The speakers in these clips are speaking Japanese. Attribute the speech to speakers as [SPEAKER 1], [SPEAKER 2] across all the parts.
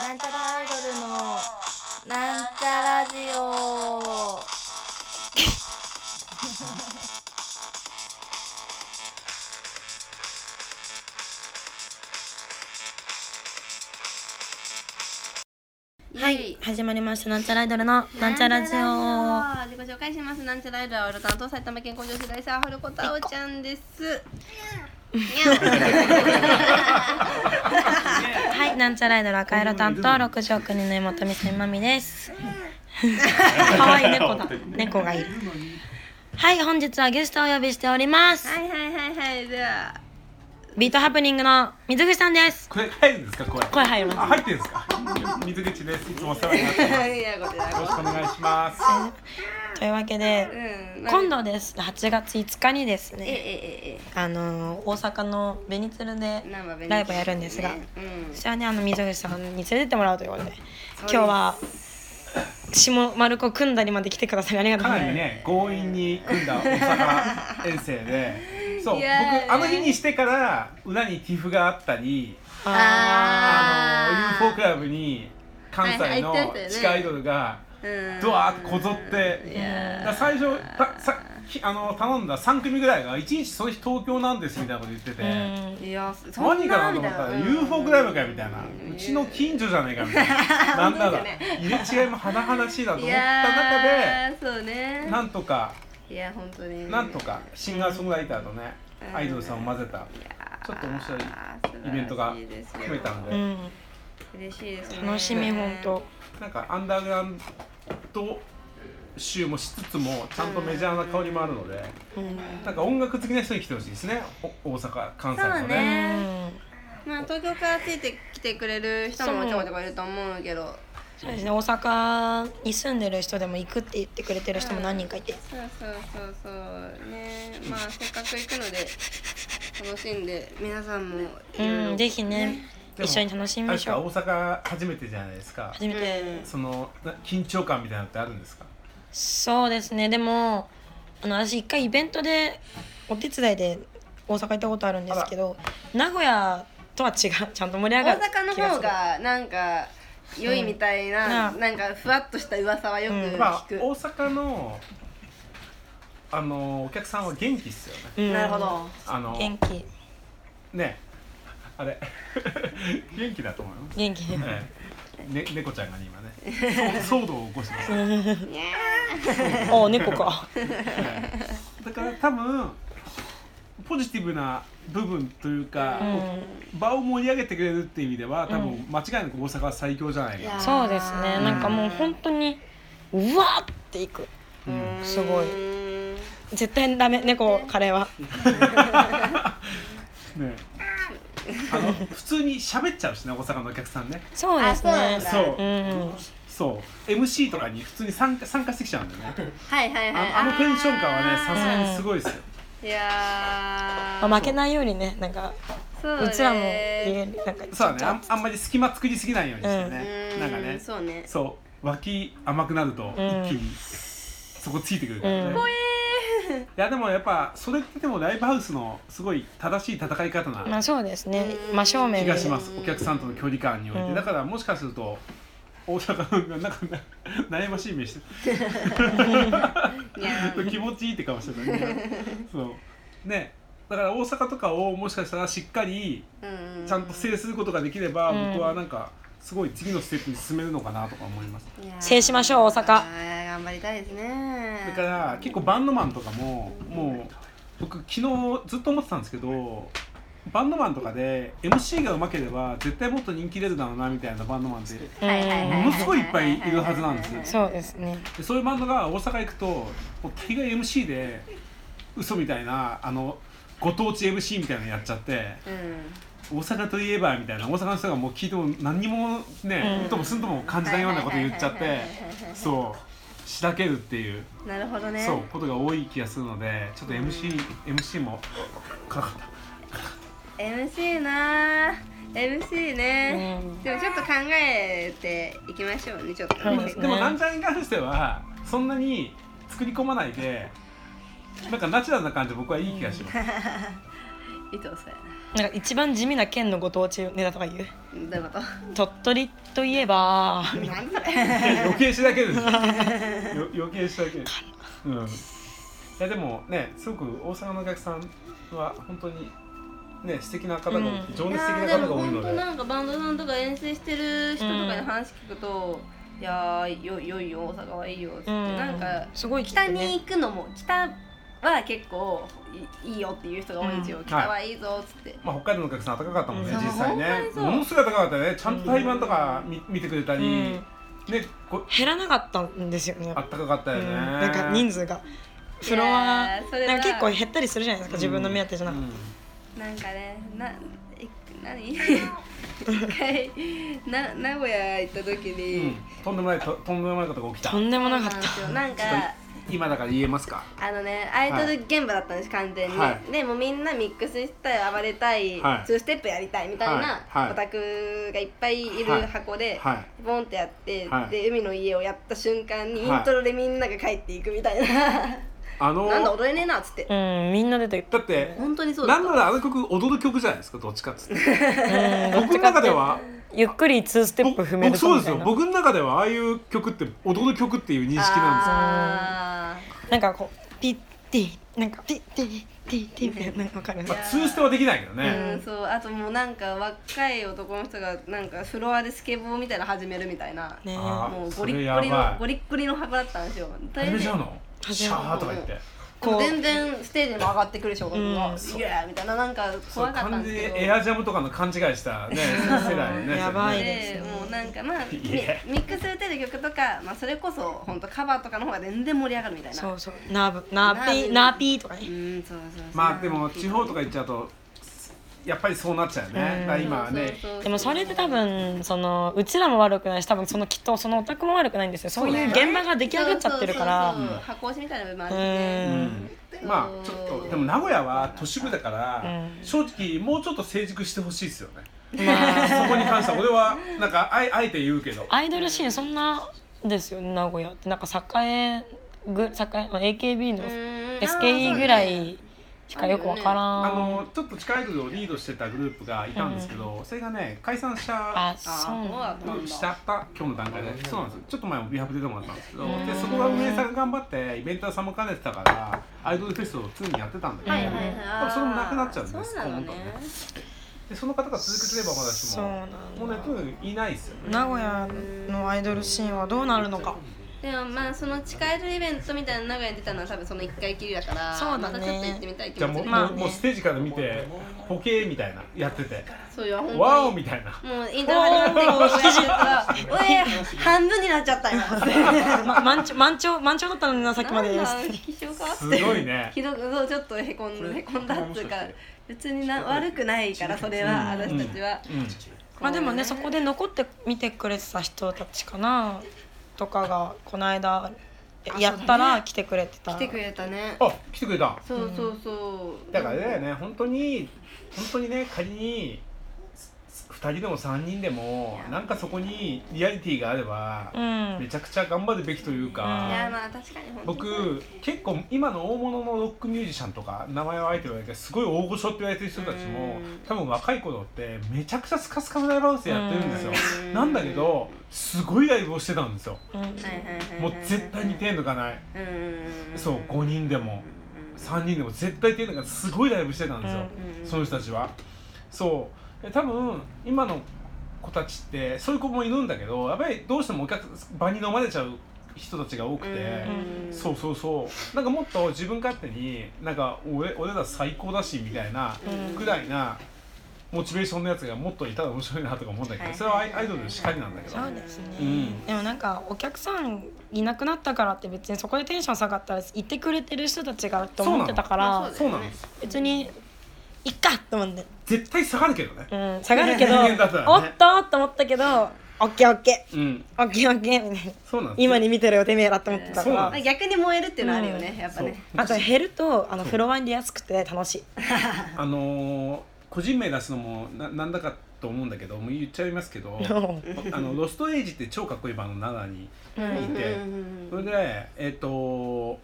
[SPEAKER 1] なんちゃらアイドルのなんちゃラジオ
[SPEAKER 2] はい、始まりました。なんちゃらアイドルのなんちゃラジオ。
[SPEAKER 3] 自己紹介します。なんちゃらアイドルはオルタナと埼玉県工場主大サーフルコタオちゃんです。にゃ
[SPEAKER 2] はい、なんちゃらアイドル赤色担当六条国の妹美咲まみです。可愛い猫だ。猫がいる。はい、本日はゲストをお呼びしております。
[SPEAKER 3] ん。はいはいはいはい、では。
[SPEAKER 2] ビートハプニングの水口さんです。
[SPEAKER 4] これ入るんですかこれ
[SPEAKER 2] 声入りま
[SPEAKER 4] あ入ってるんですか水口ですいつもお世話になってますよ
[SPEAKER 3] いや、こちら
[SPEAKER 4] ろ
[SPEAKER 3] こ
[SPEAKER 4] しくお願いします
[SPEAKER 2] す。というわけ
[SPEAKER 3] そ。
[SPEAKER 2] で、
[SPEAKER 3] うん、まあ
[SPEAKER 2] 今。度です。8月5日にです
[SPEAKER 3] ええ
[SPEAKER 2] ね、
[SPEAKER 3] ええ
[SPEAKER 2] あの大阪のベニツルで
[SPEAKER 3] ええ。生
[SPEAKER 2] ライブやるんですが
[SPEAKER 3] ね、うん。
[SPEAKER 2] 私はねあの水口さんに連れてってもらうということで
[SPEAKER 3] うです
[SPEAKER 2] 今日は下丸子組んだりまで来てくださりありがとう
[SPEAKER 4] か
[SPEAKER 2] ご
[SPEAKER 4] な
[SPEAKER 2] ざい
[SPEAKER 4] り
[SPEAKER 2] ま
[SPEAKER 4] ね強引に組んだ大阪遠征 でそう
[SPEAKER 3] い
[SPEAKER 4] 僕
[SPEAKER 3] やー
[SPEAKER 4] あの日にしてから裏に TIFF があったり
[SPEAKER 2] す
[SPEAKER 4] あ
[SPEAKER 3] あー
[SPEAKER 4] の UFO クラブに関西の
[SPEAKER 3] はいはい入ってまし
[SPEAKER 4] 地
[SPEAKER 3] たよね
[SPEAKER 4] 下アイドルが
[SPEAKER 3] うん。
[SPEAKER 4] ドワーッとこぞって
[SPEAKER 3] いや
[SPEAKER 4] だから最初たさきあの頼んだ3組ぐらいが1日その日東京なんですみたいなこと言ってて。
[SPEAKER 2] うん
[SPEAKER 3] ー。いや、そん
[SPEAKER 4] 何か
[SPEAKER 3] な
[SPEAKER 4] なと
[SPEAKER 3] み
[SPEAKER 4] 思
[SPEAKER 3] たい
[SPEAKER 4] ったら
[SPEAKER 3] な。
[SPEAKER 4] UFO クラブかよみたいな
[SPEAKER 3] うん
[SPEAKER 4] うちの近所じゃねえかみたいななんなら
[SPEAKER 3] 本
[SPEAKER 4] 入れ違いも甚だしいなと
[SPEAKER 3] い
[SPEAKER 4] 思った
[SPEAKER 3] やー、そうね
[SPEAKER 4] 中で。なんとか
[SPEAKER 3] いや、本当に。
[SPEAKER 4] なんと。かシンガーソングライターとね
[SPEAKER 3] うん
[SPEAKER 4] アイドルさんを混ぜた
[SPEAKER 3] いやー。
[SPEAKER 4] ちょっと面白い
[SPEAKER 3] 素晴らしい
[SPEAKER 4] イベントが
[SPEAKER 3] ですよ
[SPEAKER 4] 含めたの
[SPEAKER 2] う
[SPEAKER 4] で
[SPEAKER 2] ん
[SPEAKER 3] 嬉しいですね。
[SPEAKER 2] 楽しみ本当
[SPEAKER 4] なんかアンダーグラウンド集もしつつもちゃんとメジャーな香りもあるので
[SPEAKER 2] うん
[SPEAKER 4] なんか音楽好きな人に来てほしいですねお大阪関西
[SPEAKER 3] そ
[SPEAKER 4] の
[SPEAKER 3] う
[SPEAKER 2] う
[SPEAKER 4] ね
[SPEAKER 3] ね
[SPEAKER 2] ん
[SPEAKER 3] まあ東京からついてきてくれる人もちょこちょこいると思うけど
[SPEAKER 2] そうですね大阪に住んでる人でも行くって言ってくれてる人も何人かいて
[SPEAKER 3] そうそうそうそうねまあせっかく行くので楽しんで皆さんもいろい
[SPEAKER 2] うん
[SPEAKER 3] ろ
[SPEAKER 2] ぜひね
[SPEAKER 4] でも
[SPEAKER 2] 一緒に楽しみ
[SPEAKER 4] あれ
[SPEAKER 2] ま
[SPEAKER 4] です
[SPEAKER 2] し
[SPEAKER 4] か
[SPEAKER 2] ょう
[SPEAKER 4] 大阪初めてじゃないですか
[SPEAKER 2] 初めて
[SPEAKER 4] そのな緊張感みたいなのってあるんですか
[SPEAKER 2] そうですねでもあの私一回イベントでお手伝いで大阪行ったことあるんですけど名古屋とは違うちゃんと盛り上が
[SPEAKER 3] 大
[SPEAKER 2] る
[SPEAKER 3] 阪の
[SPEAKER 2] 気がす
[SPEAKER 3] 方
[SPEAKER 2] る
[SPEAKER 3] がなんか良いみたいな、
[SPEAKER 2] うん
[SPEAKER 3] なんかふわっとした噂はよく
[SPEAKER 2] うん
[SPEAKER 4] まあ
[SPEAKER 3] 聞く、
[SPEAKER 4] 大阪のあのお客さんは元気っすよね。
[SPEAKER 2] うん
[SPEAKER 3] なるほど
[SPEAKER 4] あの
[SPEAKER 2] 元気
[SPEAKER 4] ねあれ 元気だと思います。
[SPEAKER 2] 元 気
[SPEAKER 4] ええね猫ちゃんがね今ねそう騒動を起こしてます、え
[SPEAKER 2] ああ猫か
[SPEAKER 4] えだから多分ポジティブな部分というか、
[SPEAKER 2] うん
[SPEAKER 4] 場を盛り上げてくれるっていう意味では多分間違いなく大阪は最強じゃない
[SPEAKER 3] い
[SPEAKER 4] かな
[SPEAKER 3] やー
[SPEAKER 2] そうですねなんかもう本当にうわーっていく
[SPEAKER 4] うん
[SPEAKER 2] すごい
[SPEAKER 3] ー
[SPEAKER 2] う
[SPEAKER 3] ん
[SPEAKER 2] 絶対ダメ猫カレーは
[SPEAKER 4] ねえあの普通に喋っちゃうしね大阪のお客さんね
[SPEAKER 2] そうですね
[SPEAKER 3] あ
[SPEAKER 4] そう
[SPEAKER 2] う、ん
[SPEAKER 4] そう MC とかに普通に参加参加してきちゃうんだよね
[SPEAKER 3] はいはいはい
[SPEAKER 4] ああのテンション感はねさすが
[SPEAKER 2] うん
[SPEAKER 4] にすごいですよ
[SPEAKER 3] いやー
[SPEAKER 2] まあ負けないようにねなんか
[SPEAKER 3] そうね
[SPEAKER 2] うちらも言えるなんかち
[SPEAKER 4] そう
[SPEAKER 2] ょ
[SPEAKER 4] だ
[SPEAKER 2] っ
[SPEAKER 4] ね
[SPEAKER 2] と
[SPEAKER 4] あんあんまり隙間作りすぎないようにして
[SPEAKER 3] う
[SPEAKER 4] ね、
[SPEAKER 3] ーん
[SPEAKER 4] なんかね
[SPEAKER 3] そうね
[SPEAKER 4] そう脇甘くなると
[SPEAKER 2] うん
[SPEAKER 4] 一気にそこついてくるからね、
[SPEAKER 2] うん
[SPEAKER 4] いやでもやっぱそれってでもライブハウスのすごい正しい戦い方
[SPEAKER 2] ま
[SPEAKER 4] な
[SPEAKER 2] あそうですね真正面
[SPEAKER 4] 気
[SPEAKER 2] で
[SPEAKER 4] がしますお客さんとの距離感において、
[SPEAKER 2] うん
[SPEAKER 4] だからもしかすると大阪がなんかな悩ましい目して
[SPEAKER 3] いやー
[SPEAKER 4] 気持ちいいって顔してたね そうねだから大阪とかをもしかしたらしっかり
[SPEAKER 3] うんうん
[SPEAKER 4] ちゃんと制することができれば、
[SPEAKER 2] うん
[SPEAKER 4] 僕はなんかすごい次のステップに進めるのかなとか思います、
[SPEAKER 3] いやー
[SPEAKER 2] 制しましょう大阪
[SPEAKER 3] いやー頑張りたいですね
[SPEAKER 4] だから結構バンドマンとかももう僕昨日ずっと思ってたんですけどバンドマンとかで MC がうまければ絶対もっと人気出るだろうなみたいなバンドマンって
[SPEAKER 2] うん
[SPEAKER 3] はいはいは
[SPEAKER 4] ものすごいいっぱいいるはずなんですよ
[SPEAKER 2] そうですね
[SPEAKER 4] でそういうバンドが大阪行くともう大概 MC で嘘みたいなあのご当地 MC みたいなのやっちゃって
[SPEAKER 3] うん
[SPEAKER 4] 大阪といえばみたいな大阪の人がもう聞いても何にもね、
[SPEAKER 2] うん
[SPEAKER 4] うんともすんとも感じないようなこと言っちゃ
[SPEAKER 3] はい
[SPEAKER 4] っ
[SPEAKER 3] は
[SPEAKER 4] て
[SPEAKER 3] いはいはいはい
[SPEAKER 4] そうしらけるっていう、
[SPEAKER 3] なるほどね
[SPEAKER 4] そうことが多い気がするのでちょっと MC,、MC もかかった
[SPEAKER 3] MC なー MC ね、
[SPEAKER 2] うん
[SPEAKER 3] でもちょっと考えていきましょうねちょっとね
[SPEAKER 2] そうです
[SPEAKER 4] で
[SPEAKER 2] ね
[SPEAKER 4] もなんちゃんに関してはそんなに作り込まないでなんかナチュラルな感じ僕はいい気がします、
[SPEAKER 3] 伊藤さん
[SPEAKER 2] なんか一番地味な県のご当地ネタとか言う
[SPEAKER 3] どういう こと
[SPEAKER 2] 鳥取といえば
[SPEAKER 3] 何それ
[SPEAKER 4] 余計しだ けですよよ余計しだけうんいやでもねすごく大阪のお客さんは本当にね素敵な方が、
[SPEAKER 2] うん
[SPEAKER 4] 情
[SPEAKER 3] い
[SPEAKER 4] 熱
[SPEAKER 3] やー
[SPEAKER 4] 的
[SPEAKER 3] で
[SPEAKER 4] な方が
[SPEAKER 3] も
[SPEAKER 4] 多いの
[SPEAKER 3] 本
[SPEAKER 4] で
[SPEAKER 3] 当なんかバンドさんとか遠征してる人とかに話聞くと、いやーよよいよ大阪はいいよっつって、
[SPEAKER 2] うん
[SPEAKER 3] なんか
[SPEAKER 2] すごい聞
[SPEAKER 3] 北
[SPEAKER 2] く
[SPEAKER 3] に
[SPEAKER 2] ね
[SPEAKER 3] 行くのも北は結構いいいよっていう人が多いんですよ、
[SPEAKER 2] うん
[SPEAKER 3] 北はいいぞっつって、
[SPEAKER 4] まあ、北海道のお客さん暖かかったもんね、
[SPEAKER 2] うん
[SPEAKER 4] 実際ね
[SPEAKER 3] 本当にそう
[SPEAKER 4] ものすごい暖かかったねちゃんと対バンとか見,、見てくれたり、
[SPEAKER 2] うん
[SPEAKER 4] ねこ
[SPEAKER 2] 減らなかったんですよね
[SPEAKER 4] あったかかったよね、
[SPEAKER 2] うんなんか人数がフロア
[SPEAKER 3] いやーそれは
[SPEAKER 2] なんか結構減ったりするじゃないですか、自分の目当てじゃなくて、
[SPEAKER 3] なんかねなえ 何一回な名古屋行った時
[SPEAKER 4] うんうん
[SPEAKER 3] に、
[SPEAKER 4] とんでもないととんでもないことが起きた
[SPEAKER 2] とんでもな
[SPEAKER 3] そう
[SPEAKER 2] か
[SPEAKER 3] な
[SPEAKER 2] っ
[SPEAKER 3] んですよ
[SPEAKER 2] た
[SPEAKER 3] なんか
[SPEAKER 4] 今だから言えますか
[SPEAKER 3] あのねアイドル現場だったんです、完全に、
[SPEAKER 4] はい
[SPEAKER 3] でもうみんなミックスしたい暴れたい、
[SPEAKER 4] はい
[SPEAKER 3] ツーステップやりたいみたいな
[SPEAKER 4] はいはい
[SPEAKER 3] オタクがいっぱいいる箱で、
[SPEAKER 4] はい
[SPEAKER 3] ボンってやって、
[SPEAKER 4] はい
[SPEAKER 3] で海の家をやった瞬間にイ
[SPEAKER 4] はい
[SPEAKER 3] ントロでみんなが帰っていくみたいな、
[SPEAKER 4] あの
[SPEAKER 3] なんだ踊れねえなっつって、
[SPEAKER 2] うんみんな出 て
[SPEAKER 4] だって
[SPEAKER 3] 本当にそうだ
[SPEAKER 4] な
[SPEAKER 3] っ
[SPEAKER 4] ん
[SPEAKER 3] た
[SPEAKER 4] ならあの曲踊る曲じゃないですかどっちかっつって
[SPEAKER 2] うんどっ
[SPEAKER 4] 僕
[SPEAKER 2] ち
[SPEAKER 4] の
[SPEAKER 2] か
[SPEAKER 4] 中
[SPEAKER 2] っ
[SPEAKER 4] で
[SPEAKER 2] て
[SPEAKER 4] は
[SPEAKER 2] ゆっくり2ステップ踏め
[SPEAKER 4] 僕
[SPEAKER 2] る
[SPEAKER 4] そう
[SPEAKER 2] み
[SPEAKER 4] で
[SPEAKER 2] た
[SPEAKER 4] す
[SPEAKER 2] い
[SPEAKER 4] よ
[SPEAKER 2] な
[SPEAKER 4] 僕の中ではああいう曲って踊る曲っていう認識なん
[SPEAKER 3] あ
[SPEAKER 2] なんかこうピッティなんかピッティティティみたいななんかわかる
[SPEAKER 4] ですよ、まあ、通してはできないけど
[SPEAKER 3] ー
[SPEAKER 4] ね、
[SPEAKER 3] うん、そうあともうなんか若い男の人がなんかフロアでスケボーみたいなの始めるみたいな、
[SPEAKER 2] ね
[SPEAKER 4] あ
[SPEAKER 3] もうゴリッゴリ
[SPEAKER 4] それやば
[SPEAKER 3] の
[SPEAKER 4] い
[SPEAKER 3] ゴリッゴリの箱だったんですよ
[SPEAKER 4] あれ
[SPEAKER 3] で
[SPEAKER 4] じゃうの
[SPEAKER 2] 初
[SPEAKER 4] シ
[SPEAKER 2] めて
[SPEAKER 4] ャーとか言って
[SPEAKER 2] こう
[SPEAKER 3] 全然ステージにも上がってくるでしょ、う
[SPEAKER 2] うん
[SPEAKER 3] イエーイみたいななんか
[SPEAKER 4] そう
[SPEAKER 3] 怖かった
[SPEAKER 4] 完
[SPEAKER 3] ん
[SPEAKER 4] 全
[SPEAKER 3] です
[SPEAKER 4] に
[SPEAKER 3] け
[SPEAKER 4] エ
[SPEAKER 3] ど
[SPEAKER 4] アジャムとかの勘違いした ね世代ねそれね
[SPEAKER 2] やばい
[SPEAKER 3] でもうなんかまあミ
[SPEAKER 4] いや
[SPEAKER 3] ミックス打てる曲とか、まあ、それこそ本当カバーとかの方が全然盛り上がるみたいな
[SPEAKER 2] そうそうナーブナーピーナーピーとか
[SPEAKER 3] う
[SPEAKER 2] ね
[SPEAKER 3] んそうそうそう
[SPEAKER 4] まあでも地方とか行っちゃうとやっぱりそうなっちゃうよね、
[SPEAKER 2] うん
[SPEAKER 4] だから今は
[SPEAKER 3] そう
[SPEAKER 4] ね
[SPEAKER 3] そうそう
[SPEAKER 2] でもそれで多分そのうちらも悪くないし多分そのきっとそのオタクも悪くないんですよそういう現場が出来上がっちゃってるか
[SPEAKER 3] そう
[SPEAKER 2] ら
[SPEAKER 3] そうそう箱押しみたいな部分もあるし
[SPEAKER 4] う
[SPEAKER 3] ね
[SPEAKER 4] んまあちょっとでも名古屋は都市部だから、
[SPEAKER 2] うん
[SPEAKER 4] 正直もうちょっと成熟してほしいですよね
[SPEAKER 2] まあ
[SPEAKER 4] そこに関しては俺はなんかあえあえて言うけど
[SPEAKER 2] アイドルシーンそんなですよね名古屋ってなんか栄ぐ栄 AKB の
[SPEAKER 3] うーん
[SPEAKER 2] SKE ぐらいしかよくわからん
[SPEAKER 4] あのちょっと地下アイドルをリードしてたグループがいたんですけど、それがね解散した
[SPEAKER 2] あそうなんだ
[SPEAKER 3] あそうなんだ
[SPEAKER 4] しちゃった今日の段階でそうなんですよちょっと前もリハブ出てもらったんですけどでそこが運営さんが頑張ってイベント屋さんも兼ねてたからアイドルフェスを常にやってたんだけど、
[SPEAKER 3] はいはいはい
[SPEAKER 4] 多分それもなくなっちゃうんです
[SPEAKER 3] そうなのね
[SPEAKER 4] 今度はでその方が続けてればまだし
[SPEAKER 2] そうな
[SPEAKER 4] も
[SPEAKER 2] んだ
[SPEAKER 4] もうねとにかくいないですよね
[SPEAKER 2] 名古屋のアイドルシーンはどうなるのか
[SPEAKER 3] でもまあその地下アイドルイベントみたいな名古屋に出たのは多分その一回きりだから
[SPEAKER 2] そうだね
[SPEAKER 3] またちょっと行ってみたい気
[SPEAKER 4] じゃあも
[SPEAKER 3] 持
[SPEAKER 4] う,、
[SPEAKER 3] ち
[SPEAKER 2] まあね
[SPEAKER 4] もうもうステージから見てポケーみたいなやってて
[SPEAKER 3] そういう本当に
[SPEAKER 4] ワオみたいな
[SPEAKER 3] もうイントロ始まってこうやってたら「おい半分になっちゃったよ」
[SPEAKER 2] ま満潮満潮満潮だったのになさっきまでです
[SPEAKER 3] 気象変わ
[SPEAKER 4] す
[SPEAKER 3] っ
[SPEAKER 4] ご
[SPEAKER 3] て
[SPEAKER 4] いね
[SPEAKER 3] ひどくそうちょっとへこんへこんだっつうか別にな悪くないからそれは私たちは、
[SPEAKER 4] うん
[SPEAKER 2] まあでもねそこで残って見てくれてた人たちかなとかがこの間やったら来てくれてた
[SPEAKER 3] 来てくれたね
[SPEAKER 4] あ来てくれた
[SPEAKER 3] そうそうそう
[SPEAKER 4] だからあれだよね本当に本当にね仮に2人でも3人でもなんかそこにリアリティがあれば
[SPEAKER 2] う、ん
[SPEAKER 4] めちゃくちゃ頑張るべきという
[SPEAKER 3] いや
[SPEAKER 4] か、
[SPEAKER 3] まあ確かに本当にそう
[SPEAKER 4] 僕結構今の大物のロックミュージシャンとか名前はあえて言われてすごい大御所って言われてる人たち
[SPEAKER 3] う
[SPEAKER 4] も
[SPEAKER 3] ん
[SPEAKER 4] 多分若い頃ってめちゃくちゃスカスカのライブハウスやってるんですよ
[SPEAKER 3] うん
[SPEAKER 4] なんだけどすごいライブをしてたんですよ
[SPEAKER 2] うん
[SPEAKER 3] はいはいはいはいはい
[SPEAKER 4] もう絶対に手抜かない
[SPEAKER 3] うんうんうんうん
[SPEAKER 4] そう5人でも3人でも絶対手抜かないすごいライブしてたんですよ、
[SPEAKER 3] うんうん
[SPEAKER 4] その人たちはそうで多分今の子たちってそういう子もいるんだけどやっぱりどうしてもお客場に飲まれちゃう人たちが多くて、
[SPEAKER 3] うん
[SPEAKER 4] そうそうそうなんかもっと自分勝手になんか俺俺ら最高だしみたいな
[SPEAKER 2] うん
[SPEAKER 4] ぐらいなモチベーションのやつがもっといたら面白いなとか思うんだけ
[SPEAKER 3] は
[SPEAKER 4] ど
[SPEAKER 3] い
[SPEAKER 4] それはアイアイドルのしかりなんだけど
[SPEAKER 2] そうですね、
[SPEAKER 4] うん
[SPEAKER 2] でもなんかお客さんいなくなったからって別にそこでテンション下がったらいてくれてる人たちがと思ってたか
[SPEAKER 3] まあそ
[SPEAKER 2] ら
[SPEAKER 3] うだ
[SPEAKER 4] そうなんです
[SPEAKER 2] 別にいっかと思って、
[SPEAKER 4] 絶対下がるけどね
[SPEAKER 2] うん、下がるけど、
[SPEAKER 4] 人間だった
[SPEAKER 2] お
[SPEAKER 4] ら
[SPEAKER 2] っ
[SPEAKER 4] ね
[SPEAKER 2] とと思ったけどオッケーオッケー
[SPEAKER 4] うん
[SPEAKER 2] オッケーオッケーみたいな
[SPEAKER 4] そうなんです
[SPEAKER 2] 今に見てるよてめえらと思ってたか
[SPEAKER 4] そうな
[SPEAKER 2] ら
[SPEAKER 4] んで
[SPEAKER 3] 逆に燃えるっていうのあるよね、やっぱね
[SPEAKER 2] あと減るとあのフロアに出やすくて楽しい
[SPEAKER 4] あのー個人名出すのもななんだかと思うんだけどもう言っちゃいますけ ど あのロストエイジって超かっこいいバンドの7にい
[SPEAKER 3] う
[SPEAKER 4] て、
[SPEAKER 3] んうんうん
[SPEAKER 4] それでえっ、と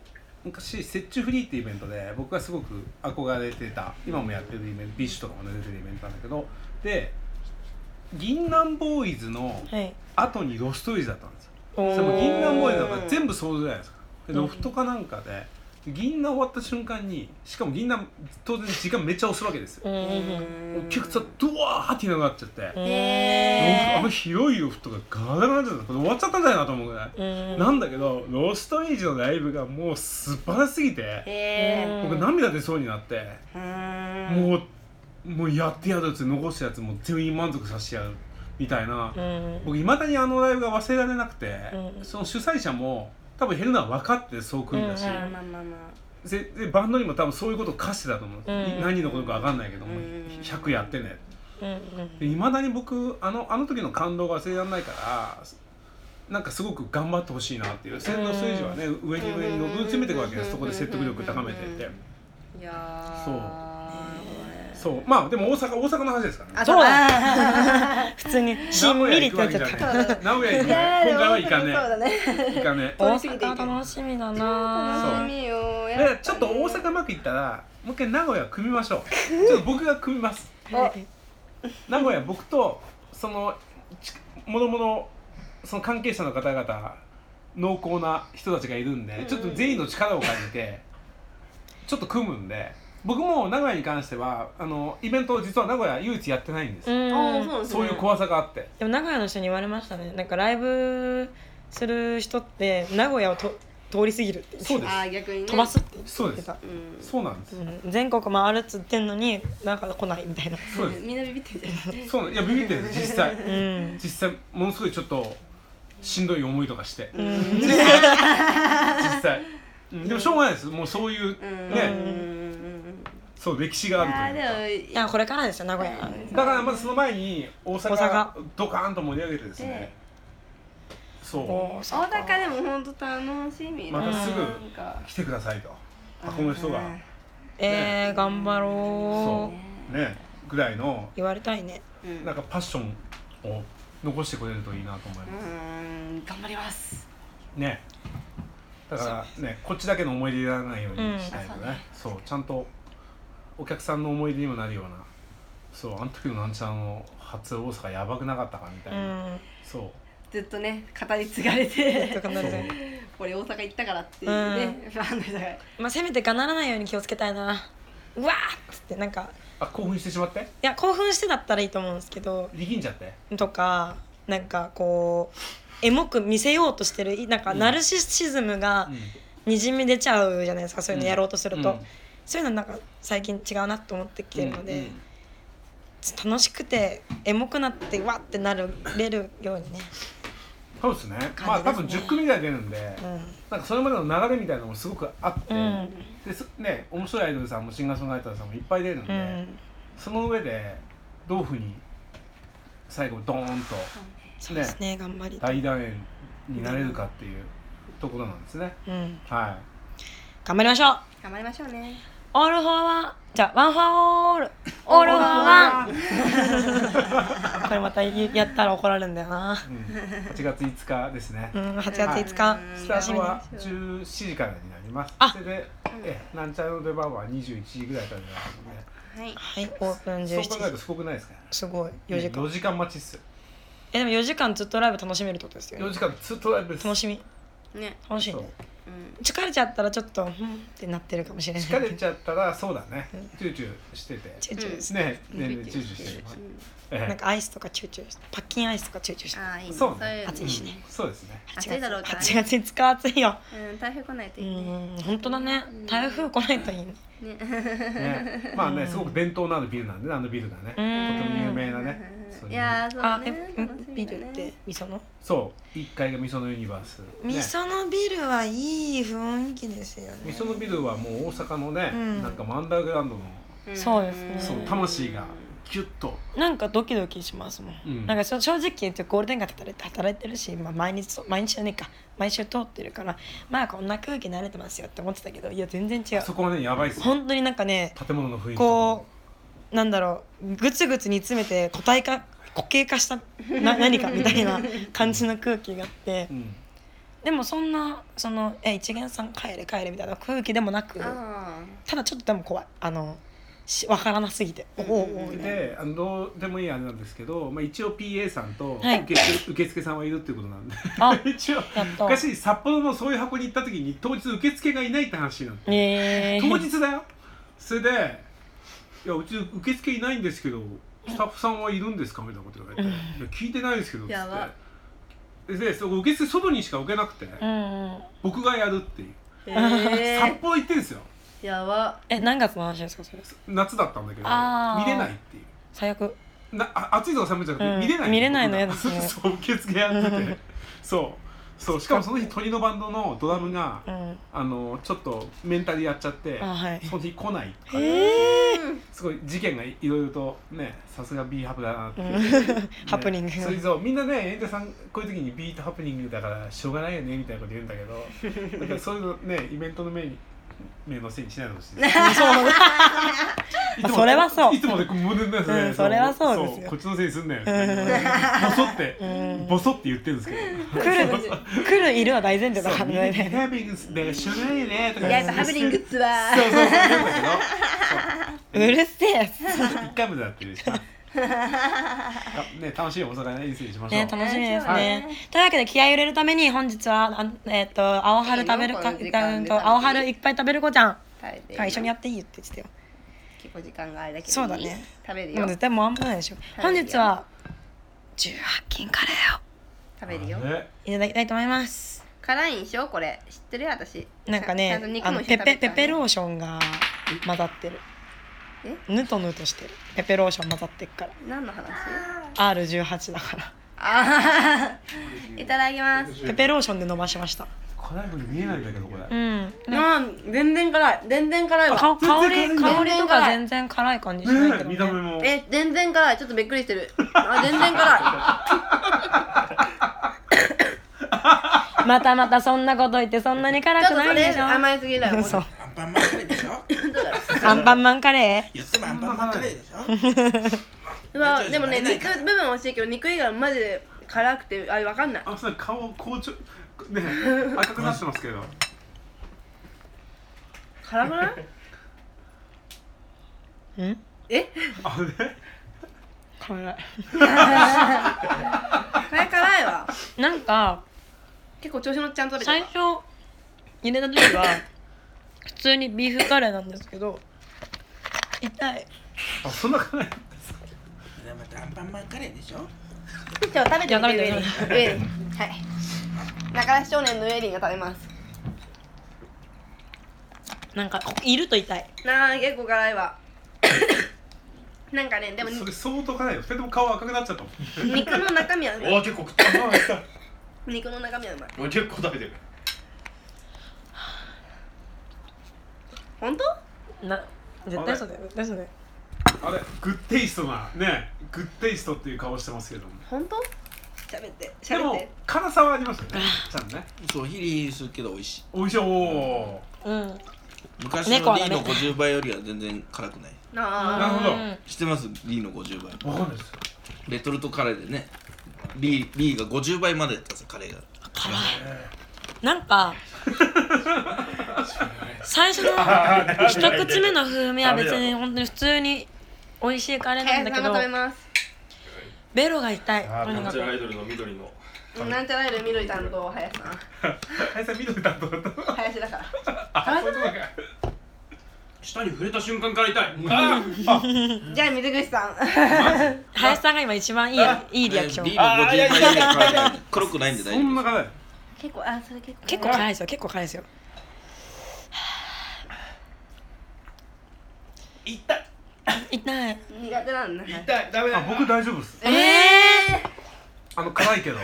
[SPEAKER 4] 昔雪中フリーっていうイベントで僕がすごく憧れてた今もやってるイベントビッシュとかも出てるイベントなんだけどで銀杏ボーイズの
[SPEAKER 2] はい。
[SPEAKER 4] 後にロストイズだったんですよ
[SPEAKER 2] お
[SPEAKER 4] それも銀杏ボーイズだから全
[SPEAKER 2] 部。
[SPEAKER 4] 部想像じゃないですかでロフトかなんかで銀杏終わった瞬間にしかも銀杏当然時間めっちゃ押すわけですよ
[SPEAKER 2] うんうん
[SPEAKER 4] お客さんドワーっていなくなっちゃって
[SPEAKER 2] うん。
[SPEAKER 1] へ
[SPEAKER 4] あの広いロフトがガラガラになっちゃったこれ終わっちゃったんじゃないかなと思うぐらい
[SPEAKER 2] うん。
[SPEAKER 4] なんだけどロストエイジのライブがもう素晴らしすぎて
[SPEAKER 3] え
[SPEAKER 4] 僕涙出そうになって
[SPEAKER 3] ー、うーん
[SPEAKER 4] もうもうやってやるって残したやつも全員満足させてやるみたいな
[SPEAKER 2] うん。
[SPEAKER 4] 僕いまだにあのライブが忘れられなくて
[SPEAKER 2] うん
[SPEAKER 4] その主催者も多分減るのは分かってそう組んだ
[SPEAKER 2] う
[SPEAKER 4] し
[SPEAKER 2] んうん
[SPEAKER 3] まあまあまあま
[SPEAKER 4] ででバンドにも多分そういうことを課してたと思う
[SPEAKER 2] うん
[SPEAKER 4] 何のことか分かんないけども
[SPEAKER 3] うん
[SPEAKER 4] 100やってねって。
[SPEAKER 2] うん
[SPEAKER 4] いまだに僕あのあの時の感動が忘れられないからなんかすごく頑張ってほしいなっていう線の数字はね上に上に上り詰めていくわけですそこで説得力高めてって
[SPEAKER 3] あいやー
[SPEAKER 4] そう
[SPEAKER 3] ねえ
[SPEAKER 4] そうまあでも大阪大阪の話ですからね
[SPEAKER 3] あ
[SPEAKER 2] そう
[SPEAKER 3] だ
[SPEAKER 2] 普通にし
[SPEAKER 4] 名
[SPEAKER 2] ん
[SPEAKER 4] 古
[SPEAKER 2] み
[SPEAKER 4] 屋
[SPEAKER 2] り
[SPEAKER 4] 行
[SPEAKER 2] と
[SPEAKER 4] く
[SPEAKER 2] な
[SPEAKER 4] わ
[SPEAKER 2] っ
[SPEAKER 4] け
[SPEAKER 2] ち
[SPEAKER 4] じ
[SPEAKER 2] ゃ
[SPEAKER 4] ゃ
[SPEAKER 2] っ
[SPEAKER 4] ない
[SPEAKER 2] た。
[SPEAKER 4] 名古屋行 く
[SPEAKER 3] いや
[SPEAKER 4] 今回は
[SPEAKER 3] ー
[SPEAKER 4] 行かね
[SPEAKER 3] そうだね
[SPEAKER 4] え行かね
[SPEAKER 2] 大
[SPEAKER 3] 通り過ぎていいけど
[SPEAKER 2] 阪楽しみだな
[SPEAKER 4] そう
[SPEAKER 3] 楽しみよ
[SPEAKER 4] え
[SPEAKER 3] やぱ
[SPEAKER 4] だか
[SPEAKER 3] ね
[SPEAKER 4] らちょっと大阪うまくいったらもう一回名古屋組みましょうちょっと僕が組みます名古屋僕とそのちもろもろその関係者の方々濃厚な人たちがいるんで、ちょっと全員の力を借りてちょっと組むんで僕も名古屋に関してはあのイベントを実は名古屋唯一やってないんです、
[SPEAKER 2] うん。
[SPEAKER 3] あーそうなんですね
[SPEAKER 4] そういう怖さがあって
[SPEAKER 2] でも名古屋の人に言われましたねなんかライブする人って名古屋をと通り過ぎるって
[SPEAKER 4] そうで
[SPEAKER 3] あー逆にね
[SPEAKER 2] 飛ばすって
[SPEAKER 4] そう
[SPEAKER 2] 言って
[SPEAKER 4] です
[SPEAKER 2] た、
[SPEAKER 3] うん
[SPEAKER 4] そうなんです、
[SPEAKER 2] うん、全国回るっつってんのになんか来ないみたいな
[SPEAKER 4] そうです
[SPEAKER 3] みんなビビってるじゃん
[SPEAKER 4] そうなんいやビビってる実際
[SPEAKER 2] うん
[SPEAKER 4] 実際ものすごいちょっとしんどい思いとかして
[SPEAKER 2] うん
[SPEAKER 4] 実際うんでもしょうがないですもうそういう
[SPEAKER 3] うん
[SPEAKER 4] ね
[SPEAKER 3] うん
[SPEAKER 4] そう歴史
[SPEAKER 3] い
[SPEAKER 4] があるという
[SPEAKER 3] や
[SPEAKER 4] か
[SPEAKER 3] ー
[SPEAKER 2] い
[SPEAKER 3] で
[SPEAKER 2] や
[SPEAKER 3] も
[SPEAKER 2] これからですよ名古屋
[SPEAKER 4] だからまずその前に大阪
[SPEAKER 2] 大阪
[SPEAKER 4] ドカーンと盛り上げてですね
[SPEAKER 3] で
[SPEAKER 4] そ
[SPEAKER 2] 大
[SPEAKER 3] 大阪でも本当楽しみだな
[SPEAKER 4] またすぐ
[SPEAKER 3] なんか
[SPEAKER 4] う来てくださいと箱の人が
[SPEAKER 3] うん
[SPEAKER 2] えー、頑張
[SPEAKER 4] そ
[SPEAKER 2] ろう
[SPEAKER 4] うねぐらいの
[SPEAKER 2] 言われたいね
[SPEAKER 3] うん
[SPEAKER 4] なんかパッションを残してくれるといいなと思いうま
[SPEAKER 3] ーん頑張ります
[SPEAKER 4] すねだからねこっちだけの思い出にならないようにしないとねそうちゃんとお客さんの思い出にもなるようなそうあの時のなんちゃんの初大阪やばくなかったかみた
[SPEAKER 2] う
[SPEAKER 4] いなんそう
[SPEAKER 3] ずっとね語り継がれ
[SPEAKER 2] と
[SPEAKER 3] て
[SPEAKER 2] かなるね
[SPEAKER 3] 俺大阪行ったからっていうねファンの人が
[SPEAKER 2] まあせめてかならないように気をつけたいなうわーっつってなんか
[SPEAKER 4] あ興奮してしまって
[SPEAKER 2] いや興奮してだったらいいと思うんですけど
[SPEAKER 4] 力んじゃって
[SPEAKER 2] とかなんかこうエモく見せようとしてるいなんかナルシシズムがにじみ出ちゃうじゃないですかそういうのやろうとすると、
[SPEAKER 4] うん
[SPEAKER 2] そういうのなんか最近違うなと思ってきてるので、
[SPEAKER 4] うんうん
[SPEAKER 2] 楽しくてエモくなってわってなるれるようにね、
[SPEAKER 4] そうですねまあ多分10組ぐらい出るんで、
[SPEAKER 2] う
[SPEAKER 4] なんかそれまでの流れみたいなのもすごくあって、
[SPEAKER 2] んうん
[SPEAKER 4] ですね、面白いアイドルさんもシンガーソングライターさんもいっぱい出るんで、
[SPEAKER 2] うん
[SPEAKER 4] その上でどういうふうに最後ドーンと
[SPEAKER 2] そうですね頑張りたい、
[SPEAKER 4] 大団円になれるかっていうところなんですね、
[SPEAKER 2] うん、
[SPEAKER 4] は、
[SPEAKER 2] 頑張りましょう
[SPEAKER 3] 頑張りましょうね
[SPEAKER 2] オールフォーワンじゃあワンフォーオールオールフォーワンこれまたやったら怒られるんだよない
[SPEAKER 4] うん、8月5日ですね、
[SPEAKER 2] うん、8月5日、
[SPEAKER 3] うん
[SPEAKER 4] スタ
[SPEAKER 2] 楽しみです
[SPEAKER 4] ートは17時からになります
[SPEAKER 2] あ
[SPEAKER 4] それで、ええなんちゃらの出番は21時ぐらいからになります
[SPEAKER 3] はい
[SPEAKER 2] はい、オープン
[SPEAKER 4] ので、そう考え
[SPEAKER 2] 17
[SPEAKER 4] る
[SPEAKER 2] 時
[SPEAKER 4] と。すごくないですか、ね、
[SPEAKER 2] すごい、4時間。
[SPEAKER 4] 4時間待ちっす
[SPEAKER 2] え、でも4時間ずっとライブ楽しめるってことですよ
[SPEAKER 4] 4
[SPEAKER 2] ね。
[SPEAKER 4] 時間ずっとライブです
[SPEAKER 2] 楽しみ。
[SPEAKER 3] ね
[SPEAKER 2] 楽しい
[SPEAKER 4] そう
[SPEAKER 2] ね。
[SPEAKER 3] うん
[SPEAKER 2] 疲れちゃったらちょっと、うんってなってるかもしれない。
[SPEAKER 4] 疲れちゃったらそうだねチューチューしてて
[SPEAKER 2] チューチューです。
[SPEAKER 4] ねねチューチューしてる、え
[SPEAKER 2] なんかアイスとかチューチューして、パッキンアイスとかチューチューして。
[SPEAKER 3] ああいいね
[SPEAKER 4] そうね
[SPEAKER 3] うの
[SPEAKER 2] 暑いしね
[SPEAKER 4] うんそうですね
[SPEAKER 2] 8
[SPEAKER 3] 暑いだろうからね
[SPEAKER 2] 月8月5日暑いよ。
[SPEAKER 3] うん台風来ないと
[SPEAKER 2] う
[SPEAKER 3] いいね
[SPEAKER 2] ん、本当だね。台風来ないといいね。
[SPEAKER 4] ねまあねすごく伝統のあるビルなんでねあのビルがねとても有名なねそう
[SPEAKER 3] いやーそう
[SPEAKER 2] あ、
[SPEAKER 3] ね
[SPEAKER 2] え、
[SPEAKER 3] 楽し
[SPEAKER 2] んビ
[SPEAKER 3] みだね
[SPEAKER 2] ルって、みその
[SPEAKER 4] そう1階がみそのユニバース
[SPEAKER 2] み
[SPEAKER 4] ね
[SPEAKER 2] そのビルはいい雰囲気ですよね。
[SPEAKER 4] みそのビルはもう大阪のね
[SPEAKER 2] うん
[SPEAKER 4] なんかもうアンダーグラウンドの
[SPEAKER 3] うん
[SPEAKER 2] そうですね
[SPEAKER 4] そう魂がキュッと
[SPEAKER 2] なんかドキドキしますもん、
[SPEAKER 4] うん
[SPEAKER 2] なんかそ正直言ってゴールデン街で働いて働いてるし、まあ、毎日毎日じゃねえか毎週通ってるからまあこんな空気慣れてますよって思ってたけどいや全然違
[SPEAKER 4] そうこはねやばいっすよ
[SPEAKER 2] 本当になんかね
[SPEAKER 4] 建物の雰囲気
[SPEAKER 2] こうなんだろうグツグツ煮詰めて固体 化固形化したな何かみたいな感じの空気があって
[SPEAKER 4] う、ん
[SPEAKER 2] でもそんなそのえ一元さん帰れ帰れみたいな空気でもなく
[SPEAKER 3] ああ
[SPEAKER 2] ただちょっとでも怖いあのし分からなすぎておおおおみたいな
[SPEAKER 4] であのどうでもいいあれなんですけど、まあ、一応 PA さんと
[SPEAKER 2] はい
[SPEAKER 4] 受付,、受付さんはいるっていうことな んで
[SPEAKER 2] あ
[SPEAKER 4] 一応
[SPEAKER 2] やった
[SPEAKER 4] 昔札幌のそういう箱に行った時に当日受付がいないって話になって
[SPEAKER 2] え
[SPEAKER 4] 当
[SPEAKER 2] ー、
[SPEAKER 4] 日だよそれで「いやうち受付いないんですけどスタッフさんはいるんですか?」みたいなこと言われて「
[SPEAKER 2] うん
[SPEAKER 4] いや聞いてないですけど」っつ
[SPEAKER 3] やば
[SPEAKER 4] ってでそこ受付外にしか受けなくて、
[SPEAKER 2] うんうん
[SPEAKER 4] 僕がやるっていう
[SPEAKER 3] へ
[SPEAKER 4] 札
[SPEAKER 3] え
[SPEAKER 4] 幌行ってんですよ
[SPEAKER 3] やば
[SPEAKER 2] え何月の話ですかそれ
[SPEAKER 4] 夏だったんだけど
[SPEAKER 2] あー
[SPEAKER 4] 見れないっていう
[SPEAKER 2] 最悪
[SPEAKER 4] なあ暑いとか寒いとか
[SPEAKER 2] うん
[SPEAKER 4] 見れない、
[SPEAKER 2] 見れないの嫌ですね
[SPEAKER 4] そう受付やっててそうそうしかもその日鳥のバンドのドラムが、
[SPEAKER 2] うん
[SPEAKER 4] あのちょっとメンタルやっちゃって
[SPEAKER 2] あはい
[SPEAKER 4] その日来ないとか
[SPEAKER 2] え
[SPEAKER 4] すごい事件がいろいろとねさすが B ハプだなって、
[SPEAKER 2] うん
[SPEAKER 4] ね
[SPEAKER 2] ハプニング
[SPEAKER 4] それぞみんなね演者さんこういう時にビートハプニングだからしょうがないよねみたいなこと言うんだ けどなんかそういうのねイベントの目に目のせいにしないでほしいです いつも
[SPEAKER 2] それはそう
[SPEAKER 4] いつもで無念ですね、
[SPEAKER 2] うんそれはそうですよ
[SPEAKER 4] こっちのせいにすんなよ、
[SPEAKER 2] う
[SPEAKER 4] ボソって
[SPEAKER 2] うん
[SPEAKER 4] ボソって言ってるんですけど
[SPEAKER 2] 来る来るいるは大前提だ
[SPEAKER 4] そ
[SPEAKER 2] から
[SPEAKER 4] うみんな
[SPEAKER 2] ね
[SPEAKER 4] ハプニングだからしょうがないよねとか
[SPEAKER 3] やっぱハプニングっつわ
[SPEAKER 4] そうそうそう言うんだ
[SPEAKER 2] うるせえ
[SPEAKER 4] けどそう一回もだってるし なね楽しいお魚ね人生にしましょう、
[SPEAKER 2] ね楽しみです
[SPEAKER 3] はい
[SPEAKER 2] ね、というわけで気合い入れるために本日はあえっ、と青春食べるか
[SPEAKER 3] いいのこの時間で
[SPEAKER 2] うんと青春いっぱい食べる子ちゃん
[SPEAKER 3] 食べて
[SPEAKER 2] が一緒にやっていいよって言ってたよ
[SPEAKER 3] 結構時間があれだけど
[SPEAKER 2] そうだね
[SPEAKER 3] 食べる
[SPEAKER 2] も
[SPEAKER 3] よ
[SPEAKER 2] う絶対もうあんまないでしょ
[SPEAKER 3] は
[SPEAKER 2] 本
[SPEAKER 3] い
[SPEAKER 2] 日は18金カレーを
[SPEAKER 3] 食べるよ
[SPEAKER 4] ね
[SPEAKER 2] いただきたいと思います
[SPEAKER 3] 辛いんでしょこれ知ってるよ私
[SPEAKER 2] なんか
[SPEAKER 3] ちゃ
[SPEAKER 2] ね
[SPEAKER 3] んと肉
[SPEAKER 2] あ
[SPEAKER 3] も
[SPEAKER 2] の
[SPEAKER 3] 一緒に
[SPEAKER 2] ペ
[SPEAKER 3] 食べて
[SPEAKER 2] ペ
[SPEAKER 3] た
[SPEAKER 2] ペ
[SPEAKER 3] ね
[SPEAKER 2] ペローションが混ざってるぬとぬとしてるペペローション混ざってっから
[SPEAKER 3] え何の話
[SPEAKER 2] R18 だから
[SPEAKER 3] あーいただきます
[SPEAKER 2] ペペローションで伸ばしました
[SPEAKER 4] 辛いふうに見えないんだけどこれ、
[SPEAKER 2] うん
[SPEAKER 3] あー全然辛い全然辛いわ
[SPEAKER 2] か香り
[SPEAKER 4] 全
[SPEAKER 2] 香
[SPEAKER 4] 然
[SPEAKER 3] 辛い
[SPEAKER 2] りとか全然辛い感じしないけ
[SPEAKER 4] ね
[SPEAKER 2] ど、ね、
[SPEAKER 4] 見た目も
[SPEAKER 3] え全然辛いちょっとびっくりしてるあ全然辛
[SPEAKER 2] またまたそんなこと言ってそんなに
[SPEAKER 3] い
[SPEAKER 2] 辛
[SPEAKER 3] ち
[SPEAKER 2] く
[SPEAKER 3] ょっとそ
[SPEAKER 2] ないんで
[SPEAKER 3] れ
[SPEAKER 2] しょ
[SPEAKER 3] 甘いすぎだよ
[SPEAKER 2] そう
[SPEAKER 5] アンパンマンカレ ーでしょ
[SPEAKER 2] アンパンマンカレ
[SPEAKER 5] 言ってもアンパンマンカレーでしょ
[SPEAKER 3] うわでもね肉部分美味しいけど肉以外はマジで辛くてあれわかんない
[SPEAKER 4] あそれ顔紅茶ね赤くなってますけど
[SPEAKER 3] 辛くない
[SPEAKER 2] ーん
[SPEAKER 3] え
[SPEAKER 4] あれ
[SPEAKER 3] こ
[SPEAKER 2] 辛い
[SPEAKER 3] れ辛いわ
[SPEAKER 2] なんか
[SPEAKER 3] 結構調子乗っちゃんと食べちゃ
[SPEAKER 2] 最
[SPEAKER 3] っ
[SPEAKER 2] 初入れた時は普通にビーフカレーなんですけど痛い
[SPEAKER 4] あそんな辛い
[SPEAKER 5] でまたアンパンマンカレーでしょ
[SPEAKER 3] たじゃあ食べてみて
[SPEAKER 2] い
[SPEAKER 3] ウ
[SPEAKER 2] や
[SPEAKER 3] エリン
[SPEAKER 2] 食
[SPEAKER 3] ウエリンはい中良し少年のウエリンが食べます
[SPEAKER 2] なんかいると痛い
[SPEAKER 3] なあ結構辛いわなんかねでも
[SPEAKER 4] それ相当辛いよそれでも顔赤くなっちゃったもん
[SPEAKER 3] 肉の中身は
[SPEAKER 6] お
[SPEAKER 3] ね
[SPEAKER 6] わ結構食った
[SPEAKER 4] あ痛い
[SPEAKER 3] 肉の中身はうまい
[SPEAKER 6] おわ結構食べてる
[SPEAKER 3] 本当
[SPEAKER 2] な絶対そうだよ絶対そうだよ
[SPEAKER 4] あれグッテイストなねグッテイストっていう顔してますけども
[SPEAKER 3] 本当喋って
[SPEAKER 4] で
[SPEAKER 3] 喋っ
[SPEAKER 4] も
[SPEAKER 3] て
[SPEAKER 4] 辛さはありますよねちゃんとね
[SPEAKER 5] そうヒリヒリするけど美味しい
[SPEAKER 4] おいしいおー
[SPEAKER 2] うん
[SPEAKER 5] 昔
[SPEAKER 2] 猫
[SPEAKER 5] の
[SPEAKER 2] は
[SPEAKER 5] リ
[SPEAKER 2] ダ
[SPEAKER 5] ー
[SPEAKER 2] メ
[SPEAKER 5] の50倍よりは全然辛くない
[SPEAKER 3] なあ
[SPEAKER 4] なるほど
[SPEAKER 2] うん
[SPEAKER 5] 知ってますリーの50倍
[SPEAKER 4] わかんないですよ
[SPEAKER 5] レトルトカレーでねリーリーが50倍までやったんですよカレーが
[SPEAKER 2] 辛いな んか最初の一口目の風味は別に本当に普通に美味しいカレーなん
[SPEAKER 3] 林
[SPEAKER 2] だ
[SPEAKER 3] さ
[SPEAKER 2] け
[SPEAKER 3] んが
[SPEAKER 2] ど
[SPEAKER 3] 食べます
[SPEAKER 2] ベロが痛い
[SPEAKER 6] あ
[SPEAKER 2] と
[SPEAKER 6] ー
[SPEAKER 2] に
[SPEAKER 6] なん
[SPEAKER 2] か
[SPEAKER 6] ちゃらア
[SPEAKER 2] く
[SPEAKER 6] イドルの緑の
[SPEAKER 3] なんちゃらいる緑担当林さん
[SPEAKER 4] 林さん緑担当だった
[SPEAKER 3] 林だから
[SPEAKER 4] あそういうことか
[SPEAKER 6] 下に触れた瞬間から痛いあー
[SPEAKER 3] じゃあ水口さん
[SPEAKER 2] 林さんが今一番いいいいリアクショ
[SPEAKER 5] リー
[SPEAKER 2] ン
[SPEAKER 5] の50倍よりは辛くない黒くないん で
[SPEAKER 4] そ
[SPEAKER 5] 大丈
[SPEAKER 4] ん
[SPEAKER 5] 夫
[SPEAKER 4] な
[SPEAKER 5] で
[SPEAKER 4] 辛い
[SPEAKER 3] 結構あそれ結構
[SPEAKER 2] 結構辛いですよ結構辛いですよ
[SPEAKER 6] 痛い
[SPEAKER 2] 痛い
[SPEAKER 3] 苦手なんだね
[SPEAKER 6] 痛いダメだ
[SPEAKER 4] あ僕大丈夫です
[SPEAKER 2] ええ
[SPEAKER 4] あの辛いけど
[SPEAKER 5] す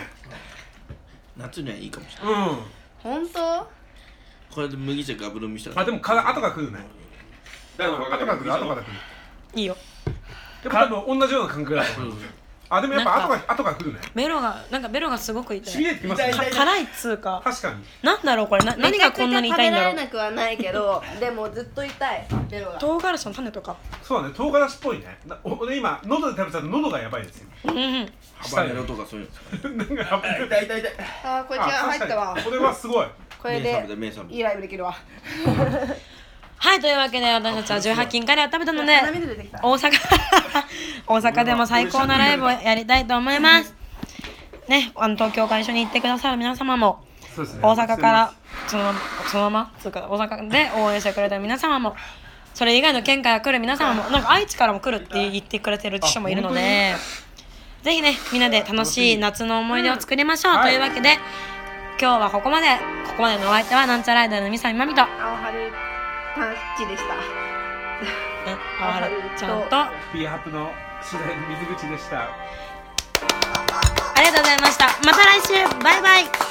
[SPEAKER 5] 夏にはいいかもしれない
[SPEAKER 4] うん
[SPEAKER 3] 本当
[SPEAKER 5] これで麦茶ガブ飲みしたら
[SPEAKER 4] あでも辛い後が来るね
[SPEAKER 6] だから分か
[SPEAKER 4] 後
[SPEAKER 6] んな
[SPEAKER 4] が
[SPEAKER 6] い
[SPEAKER 4] 来る後が来る
[SPEAKER 2] いいよ
[SPEAKER 4] でも多分同じような感覚だと
[SPEAKER 5] う
[SPEAKER 4] 思うんあでもやっぱ
[SPEAKER 2] なん
[SPEAKER 4] 後
[SPEAKER 2] か
[SPEAKER 4] が後が来るね
[SPEAKER 2] ベロがなんかベロがすごく痛
[SPEAKER 4] しび
[SPEAKER 2] い
[SPEAKER 4] れてきますね
[SPEAKER 2] か辛いっつうか
[SPEAKER 4] 確かに
[SPEAKER 2] なんだろうこれな何がこんなに痛いんだろ
[SPEAKER 3] めち
[SPEAKER 2] う
[SPEAKER 3] ゃくちゃ食べられなくはないけど、でもずっと痛い。ベロが。
[SPEAKER 2] 唐辛子の種とか
[SPEAKER 4] そうだね唐辛子っぽいねなお俺今喉で食べたら喉がやばいですよ
[SPEAKER 2] うんうん
[SPEAKER 5] ハバネロとかそういうのですかね
[SPEAKER 4] なんかやばい
[SPEAKER 5] 痛い痛い痛い
[SPEAKER 3] あー、これ違う入ったわ
[SPEAKER 4] あ。確かにこれはすごい
[SPEAKER 3] これ
[SPEAKER 5] 目覚めた
[SPEAKER 3] で。
[SPEAKER 5] 目覚め
[SPEAKER 3] いいライブできるわ。
[SPEAKER 2] はいというわけで私たちは18金カレーを食べたので
[SPEAKER 3] 涙出てきた。
[SPEAKER 2] 大阪 大阪でも最高なライブをやりたいと思いますねあの東京から一緒に行ってくださる皆様も
[SPEAKER 4] そうですね
[SPEAKER 2] 大阪からそのままそのままつうか大阪で応援してくれた皆様もそれ以外の県から来る皆様もなんか愛知からも来るって言ってくれてる人もいるのでぜひねみんなで楽しい夏の思い出を作りましょう、
[SPEAKER 4] うん
[SPEAKER 2] というわけで、今日はここまでここまでのお相手はなんちゃらアイドルのミサイマミと
[SPEAKER 3] 青春パンチでした。
[SPEAKER 2] ねあわはるちゃんとあ
[SPEAKER 4] ピーハップの取材の水口でした
[SPEAKER 2] りがとうございましたまた来週バイバイ